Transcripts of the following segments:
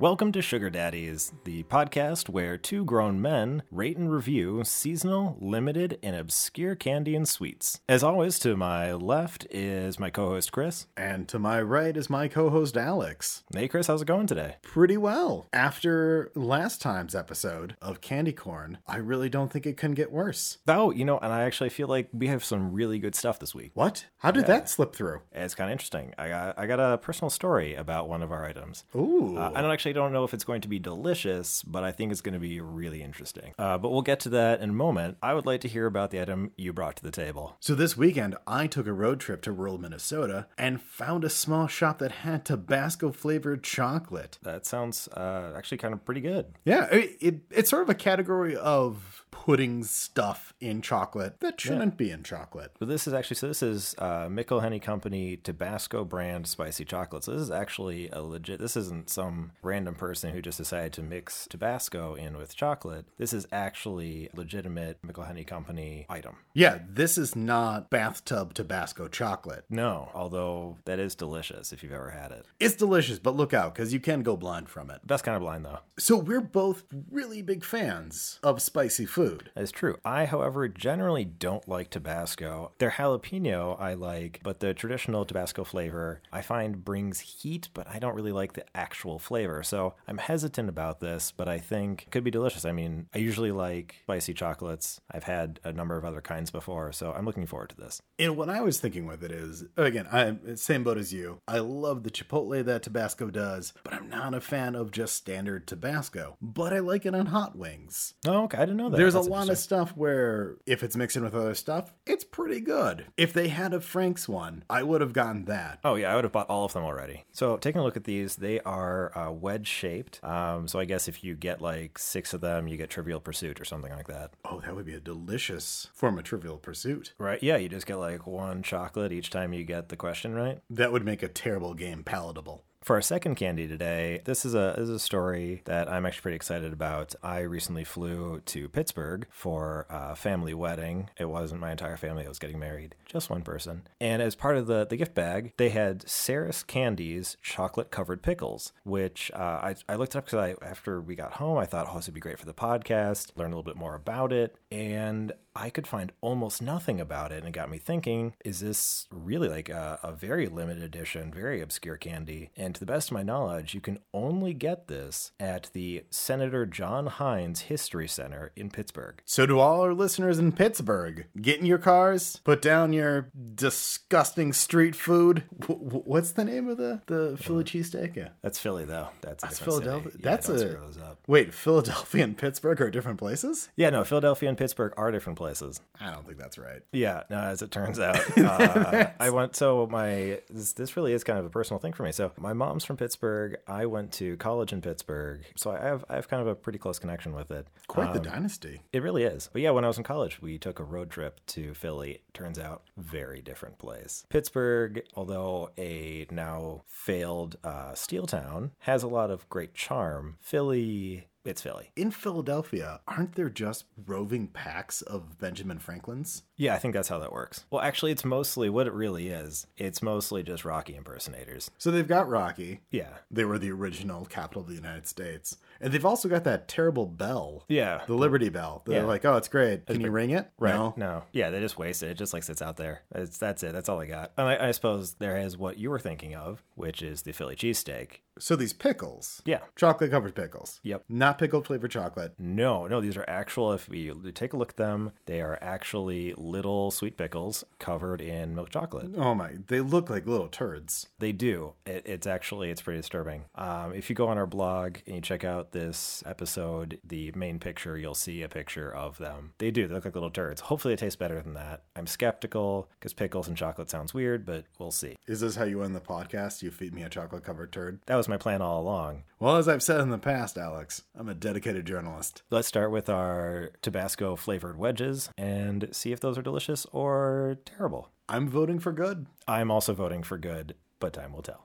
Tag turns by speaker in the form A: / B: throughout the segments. A: Welcome to Sugar Daddies, the podcast where two grown men rate and review seasonal, limited, and obscure candy and sweets. As always, to my left is my co host Chris.
B: And to my right is my co host Alex.
A: Hey, Chris, how's it going today?
B: Pretty well. After last time's episode of Candy Corn, I really don't think it can get worse.
A: Oh, you know, and I actually feel like we have some really good stuff this week.
B: What? How did that slip through?
A: It's kind of interesting. I got, I got a personal story about one of our items.
B: Ooh.
A: Uh, I don't actually don't know if it's going to be delicious, but I think it's going to be really interesting. Uh, but we'll get to that in a moment. I would like to hear about the item you brought to the table.
B: so this weekend, I took a road trip to rural Minnesota and found a small shop that had Tabasco flavored chocolate.
A: That sounds uh, actually kind of pretty good.
B: Yeah, it, it- it's sort of a category of putting stuff in chocolate that shouldn't be in chocolate.
A: But this is actually so. This is uh, Mickle Henny Company Tabasco brand spicy chocolate. So this is actually a legit. This isn't some random person who just decided to mix Tabasco in with chocolate. This is actually legitimate Mickle Henny Company item.
B: Yeah, this is not bathtub Tabasco chocolate.
A: No, although that is delicious if you've ever had it.
B: It's delicious, but look out because you can go blind from it.
A: Best kind of blind though.
B: So we're both really big fans of spicy food.
A: That is true. I, however, generally don't like Tabasco. Their jalapeno I like, but the traditional Tabasco flavor I find brings heat, but I don't really like the actual flavor. So I'm hesitant about this, but I think it could be delicious. I mean, I usually like spicy chocolates. I've had a number of other kinds before, so I'm looking forward to this.
B: And what I was thinking with it is, again, I'm same boat as you. I love the chipotle that Tabasco does, but I'm not a fan of just standard Tabasco. But I like it on hot wings.
A: Oh, okay. I didn't know that.
B: There's
A: That's
B: a lot of stuff where if it's mixed in with other stuff, it's pretty good. If they had a Frank's one, I would have gotten that.
A: Oh yeah, I would have bought all of them already. So taking a look at these, they are uh, wedge shaped. Um, so I guess if you get like six of them, you get Trivial Pursuit or something like that.
B: Oh, that would be a delicious form of Trivial Pursuit.
A: Right? Yeah, you just get like one chocolate each time you get the question right.
B: That would make a terrible game palatable.
A: For our second candy today, this is a this is a story that I'm actually pretty excited about. I recently flew to Pittsburgh for a family wedding. It wasn't my entire family that was getting married, just one person. And as part of the the gift bag, they had Saris Candies chocolate covered pickles, which uh, I I looked it up because I after we got home, I thought, oh, this would be great for the podcast. Learn a little bit more about it, and I could find almost nothing about it, and it got me thinking: Is this really like a, a very limited edition, very obscure candy? And to the best of my knowledge, you can only get this at the Senator John Hines History Center in Pittsburgh.
B: So, to all our listeners in Pittsburgh, get in your cars, put down your disgusting street food. W- w- what's the name of the the Philly cheesesteak? Yeah.
A: That's Philly, though. That's, a different city.
B: Uh, Philadelphia.
A: Yeah,
B: That's
A: don't
B: a
A: screw those up.
B: wait. Philadelphia and Pittsburgh are different places.
A: Yeah, no, Philadelphia and Pittsburgh are different places.
B: I don't think that's right.
A: Yeah, no, as it turns out, uh, I went. So my this, this really is kind of a personal thing for me. So my mom's from Pittsburgh. I went to college in Pittsburgh, so I have I have kind of a pretty close connection with it.
B: Quite the dynasty.
A: It really is. But yeah, when I was in college, we took a road trip to Philly. Turns out, very different place. Pittsburgh, although a now failed uh, steel town, has a lot of great charm. Philly, it's Philly.
B: In Philadelphia, aren't there just roving packs of Benjamin Franklins?
A: Yeah, I think that's how that works. Well, actually, it's mostly what it really is. It's mostly just Rocky impersonators.
B: So they've got Rocky.
A: Yeah.
B: They were the original capital of the United States, and they've also got that terrible bell,
A: Yeah.
B: the Liberty Bell. They're
A: Yeah.
B: like, oh, it's great. Can you ring it?
A: Right.
B: No.
A: No. Yeah, they just waste it. It just like sits out there. It's, that's it. That's all I got. And I, I suppose there is what you were thinking of, which is the Philly cheesesteak.
B: So these pickles.
A: Yeah.
B: Chocolate covered pickles.
A: Yep.
B: Not pickled flavored chocolate.
A: No, no, these are actual. If you take a look at them, they are actually little sweet pickles covered in milk chocolate.
B: Oh my, they look like little turds.
A: They do. It, it's actually it's pretty disturbing. Um, if you go on our blog and you check out this episode, the main picture, you'll see a picture of them. They do. They look like little turds. Hopefully, they taste better than that. I'm skeptical because pickles and chocolate sounds weird, but we'll see.
B: Is this how you end the podcast? You feed me a chocolate covered turd?
A: That was my plan all along.
B: Well, as I've said in the past, Alex, I'm a dedicated journalist.
A: Let's start with our Tabasco flavored wedges and see if those are delicious or terrible.
B: I'm voting for good.
A: I'm also voting for good, but time will tell.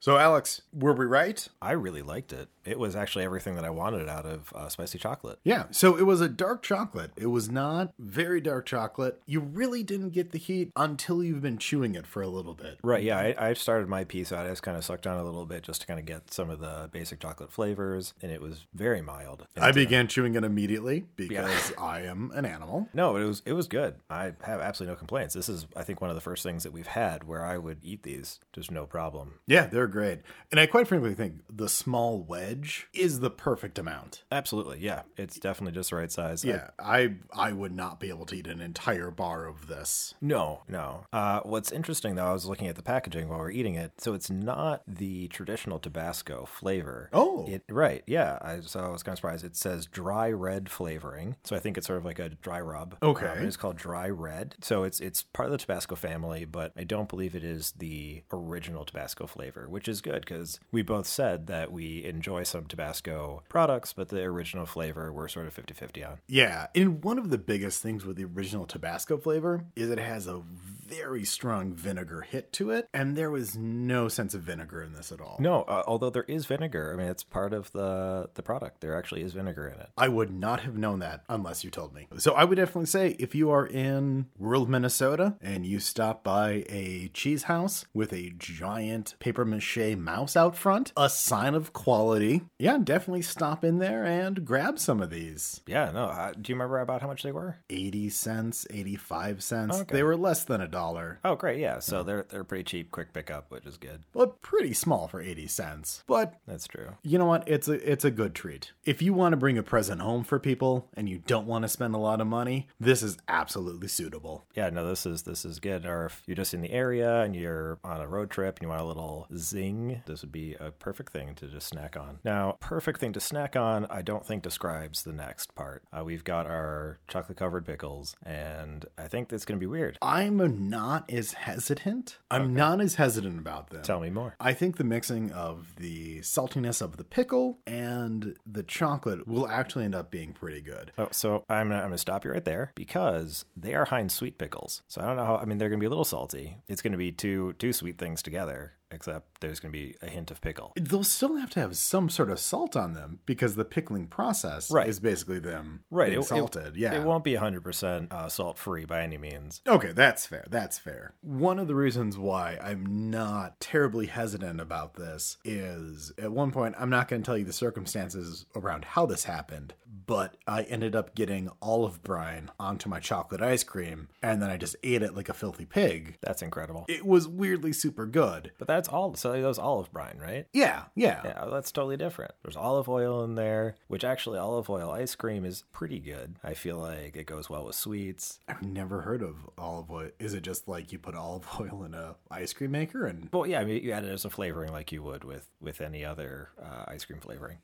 B: So, Alex, were we right?
A: I really liked it. It was actually everything that I wanted out of uh, spicy chocolate.
B: Yeah, so it was a dark chocolate. It was not very dark chocolate. You really didn't get the heat until you've been chewing it for a little bit.
A: Right, yeah, I, I started my piece out. I just kind of sucked on a little bit just to kind of get some of the basic chocolate flavors, and it was very mild.
B: I began chewing it immediately because I am an animal.
A: No, it was it was good. I have absolutely no complaints. This is, I think, one of the first things that we've had where I would eat these just no problem.
B: Yeah, they're great. And I quite frankly think the small wedge is the perfect amount.
A: Absolutely, yeah, it's definitely just the right size. I-
B: Yeah, I I would not be able to eat an entire bar of this.
A: no, no. Uh, what's interesting though, I was looking at the packaging while we are eating it, so it's not the traditional Tabasco flavor.
B: Oh.
A: It, right, yeah. I, so I was kind of surprised. It says dry red flavoring, so I think it's sort of like a dry rub.
B: Okay.
A: Um, it's called dry red, so it's it's part of the Tabasco family, but I don't believe it is the original Tabasco flavor, which is good because we both said that we enjoy some Tabasco products, but the original flavor we're sort of 50-50 on.
B: Yeah, and one of the biggest things with the original Tabasco flavor is it has a very strong vinegar hit to it, and there was no sense of vinegar in this at all.
A: No, uh, although there is vinegar. I mean, it's part of the the product. There actually is vinegar in it.
B: I would not have known that unless you told me. So I would definitely say if you are in rural Minnesota and you stop by a cheese house with a giant paper mache mouse out front, a sign of quality. Yeah, definitely stop in there and grab some of these.
A: Yeah, no. I, do you remember about how much they were?
B: 80 cents, 85 cents.
A: Okay.
B: They were less than a dollar,
A: Oh, great. Yeah, so they're they're pretty cheap, quick pickup, which is good.
B: but pretty small for 80 cents. But
A: That's true.
B: you know what? It's a it's a good treat. If you want to bring a present home for people and you don't want to spend a lot of money, this is absolutely suitable.
A: Yeah, no, this is this is good. Or if you're just in the area and you're on a road trip and you want a little zing, this would be a perfect thing to just snack on. Now, perfect thing to snack on, I don't think describes the next part. Uh, we've got our chocolate covered pickles, and I think that's going to be weird.
B: I'm not as hesitant. I'm not as hesitant about them.
A: Tell me more.
B: I think the mixing of the saltiness of the pickle and the chocolate will actually end up being pretty good.
A: Oh, so I'm gonna, I'm gonna stop you right there because they are Heinz sweet pickles. So I don't know how. I mean, they're gonna be a little salty. It's gonna be two two sweet things together, except there's gonna be a hint of pickle.
B: They'll still have to have some sort of salt on them because the pickling process
A: Right.
B: is basically them
A: Right,
B: being
A: it- it-
B: salted. yeah,
A: It won't be 100% uh, salt free by any means.
B: Okay, that's fair. That's fair. One of the reasons why I'm not terribly hesitant about this is at one point, I'm not going to tell you the circumstances around how this happened, but I ended up getting olive brine onto my chocolate ice cream, and then I just ate it like a filthy pig.
A: That's incredible.
B: It was weirdly super good.
A: But that's all. So that was olive brine, right?
B: Yeah, yeah.
A: Yeah, that's totally different. There's olive oil in there, which actually olive oil ice cream is pretty good. I feel like it goes well with sweets.
B: I've never heard of olive oil. Is it just like you put olive oil in a ice cream maker and
A: Well, yeah, I mean, you add it as a flavoring like you would with with any other uh, ice cream flavoring.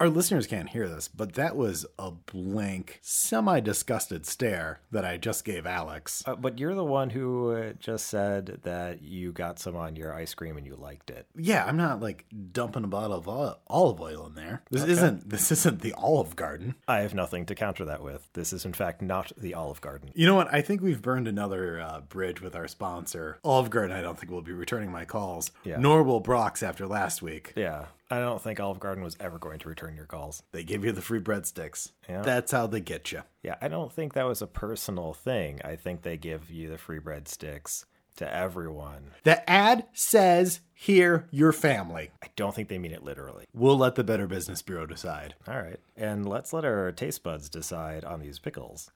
B: Our listeners can't hear this, but that was a blank, semi disgusted stare that I just gave Alex.
A: Uh, but you're the one who uh, just said that you got some on your ice cream and you liked it.
B: Yeah, I'm not like dumping a bottle of ol- olive oil in there. This isn't this isn't the Olive Garden.
A: I have nothing to counter that with. This is, in fact, not the Olive Garden.
B: You know what? I think we've burned another uh, bridge with our sponsor, Olive Garden. I don't think will be returning my calls,
A: Yeah.
B: nor will Brock's after last week.
A: Yeah, I don't think Olive Garden was ever going to return your calls.
B: They give you the free breadsticks.
A: Yeah.
B: That's how they get you.
A: Yeah, I don't think that was a personal thing. I think they give you the free breadsticks to everyone.
B: The ad says, "Here, your family."
A: I don't think they mean it literally.
B: We'll let the Better Business Bureau decide.
A: All right, and let's let our taste buds decide on these pickles.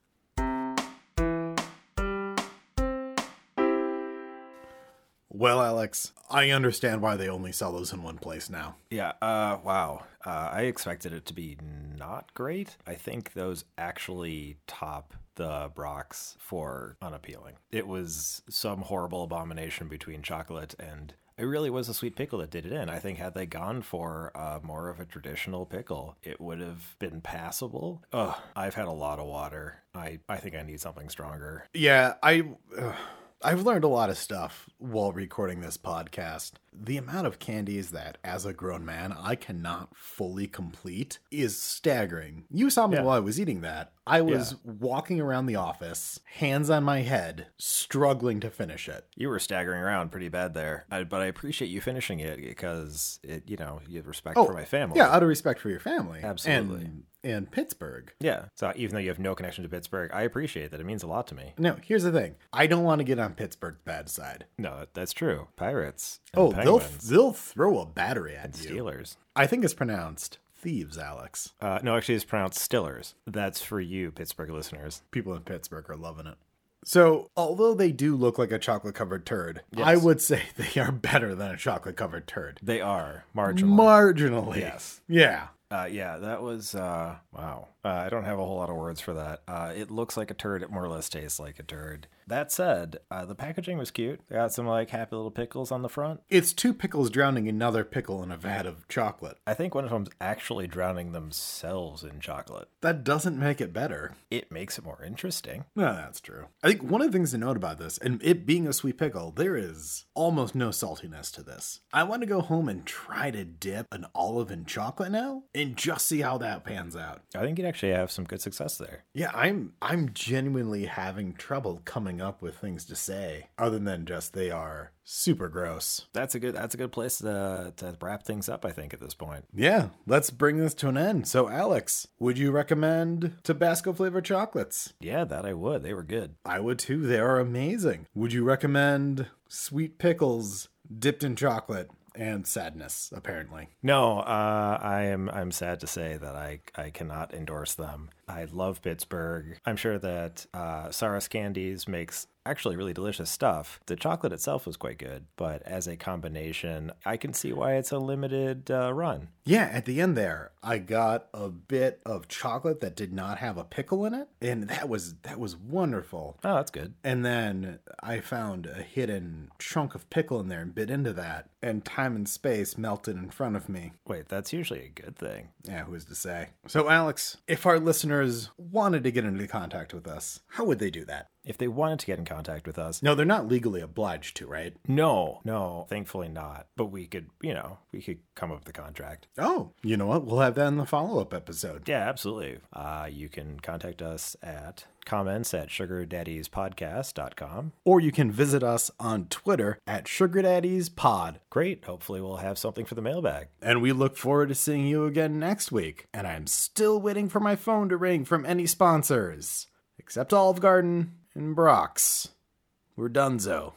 B: Well, Alex, I understand why they only sell those in one place now.
A: Yeah, uh, wow. Uh, I expected it to be not great. I think those actually top the Brock's for unappealing. It was some horrible abomination between chocolate and. It really was a sweet pickle that did it in. I think had they gone for uh, more of a traditional pickle, it would have been passable. Ugh, I've had a lot of water. I, I think I need something stronger.
B: Yeah, I. ugh. I've learned a lot of stuff while recording this podcast. The amount of candies that, as a grown man, I cannot fully complete is staggering. You saw me
A: Yeah.
B: while I was eating that. I was walking around the office, hands on my head, struggling to finish it.
A: You were staggering around pretty bad there, I, but I appreciate you finishing it because it, you know, you have respect for my family.
B: Oh, Yeah, out of respect for your family.
A: Absolutely.
B: And, and Pittsburgh.
A: yeah. So even though you have no connection to Pittsburgh, I appreciate that. It means a lot to me.
B: No, here's the thing. I don't want to get on Pittsburgh's bad side.
A: No, that- that's true. Pirates. And
B: Oh, they'll,
A: Penguins,
B: they'll throw a battery at you.
A: Steelers.
B: I think it's pronounced thieves, Alex.
A: Uh, no, actually, it's pronounced Stillers. That's for you, Pittsburgh listeners.
B: People in Pittsburgh are loving it. So, although they do look like a chocolate covered turd, I would say they are better than a chocolate covered turd.
A: They are marginal.
B: Marginally.
A: Yes.
B: Yeah.
A: Uh, yeah, that was uh, wow. Uh, I don't have a whole lot of words for that. Uh, it looks like a turd. It more or less tastes like a turd. That said, uh, the packaging was cute. They got some like happy little pickles on the front.
B: It's two pickles drowning another pickle in a vat of chocolate.
A: I think one of them's actually drowning themselves in chocolate.
B: That doesn't make it better.
A: It makes it more interesting.
B: No, that's true. I think one of the things to note about this, and it being a sweet pickle, there is almost no saltiness to this. I want to go home and try to dip an olive in chocolate now and just see how that pans out.
A: I think you'd actually have some good success there.
B: Yeah, I'm I'm genuinely having trouble coming up with things to say other than just they are super gross.
A: That's a good. That's a good place to to wrap things up. I think at this point.
B: Yeah, let's bring this to an end. So Alex, would you recommend Tabasco flavored chocolates?
A: Yeah, that I would. They were good.
B: I would too. They are amazing. Would you recommend sweet pickles dipped in chocolate and sadness, apparently?
A: No, uh, I am. I'm sad to say that I I cannot endorse them. I love Pittsburgh. I'm sure that uh, Saras Candies makes actually really delicious stuff. The chocolate itself was quite good, but as a combination, I can see why it's a limited uh, run.
B: Yeah, at the end there, I got a bit of chocolate that did not have a pickle in it, and that was that was wonderful.
A: Oh, that's good.
B: And then I found a hidden chunk of pickle in there and bit into that, and time and space melted in front of me.
A: Wait, that's usually a good thing.
B: Yeah, who's to say? So, Alex, if our listeners wanted to get into contact with us, how would they do that?
A: If they wanted to get in contact with us,
B: No, they're not legally obliged to, right?
A: no, no, thankfully not. But we could, you know, we could come up with a contract.
B: Oh, you know what? We'll have that in the follow up episode.
A: Yeah, absolutely. Uh, you can contact us at comments at sugardaddiespodcast.com.
B: Or you can visit us on Twitter at Sugar Daddies Pod.
A: Great. Hopefully, we'll have something for the mailbag.
B: And we look forward to seeing you again next week. And I'm still waiting for my phone to ring from any sponsors, except Olive Garden and Brock's. We're donezo.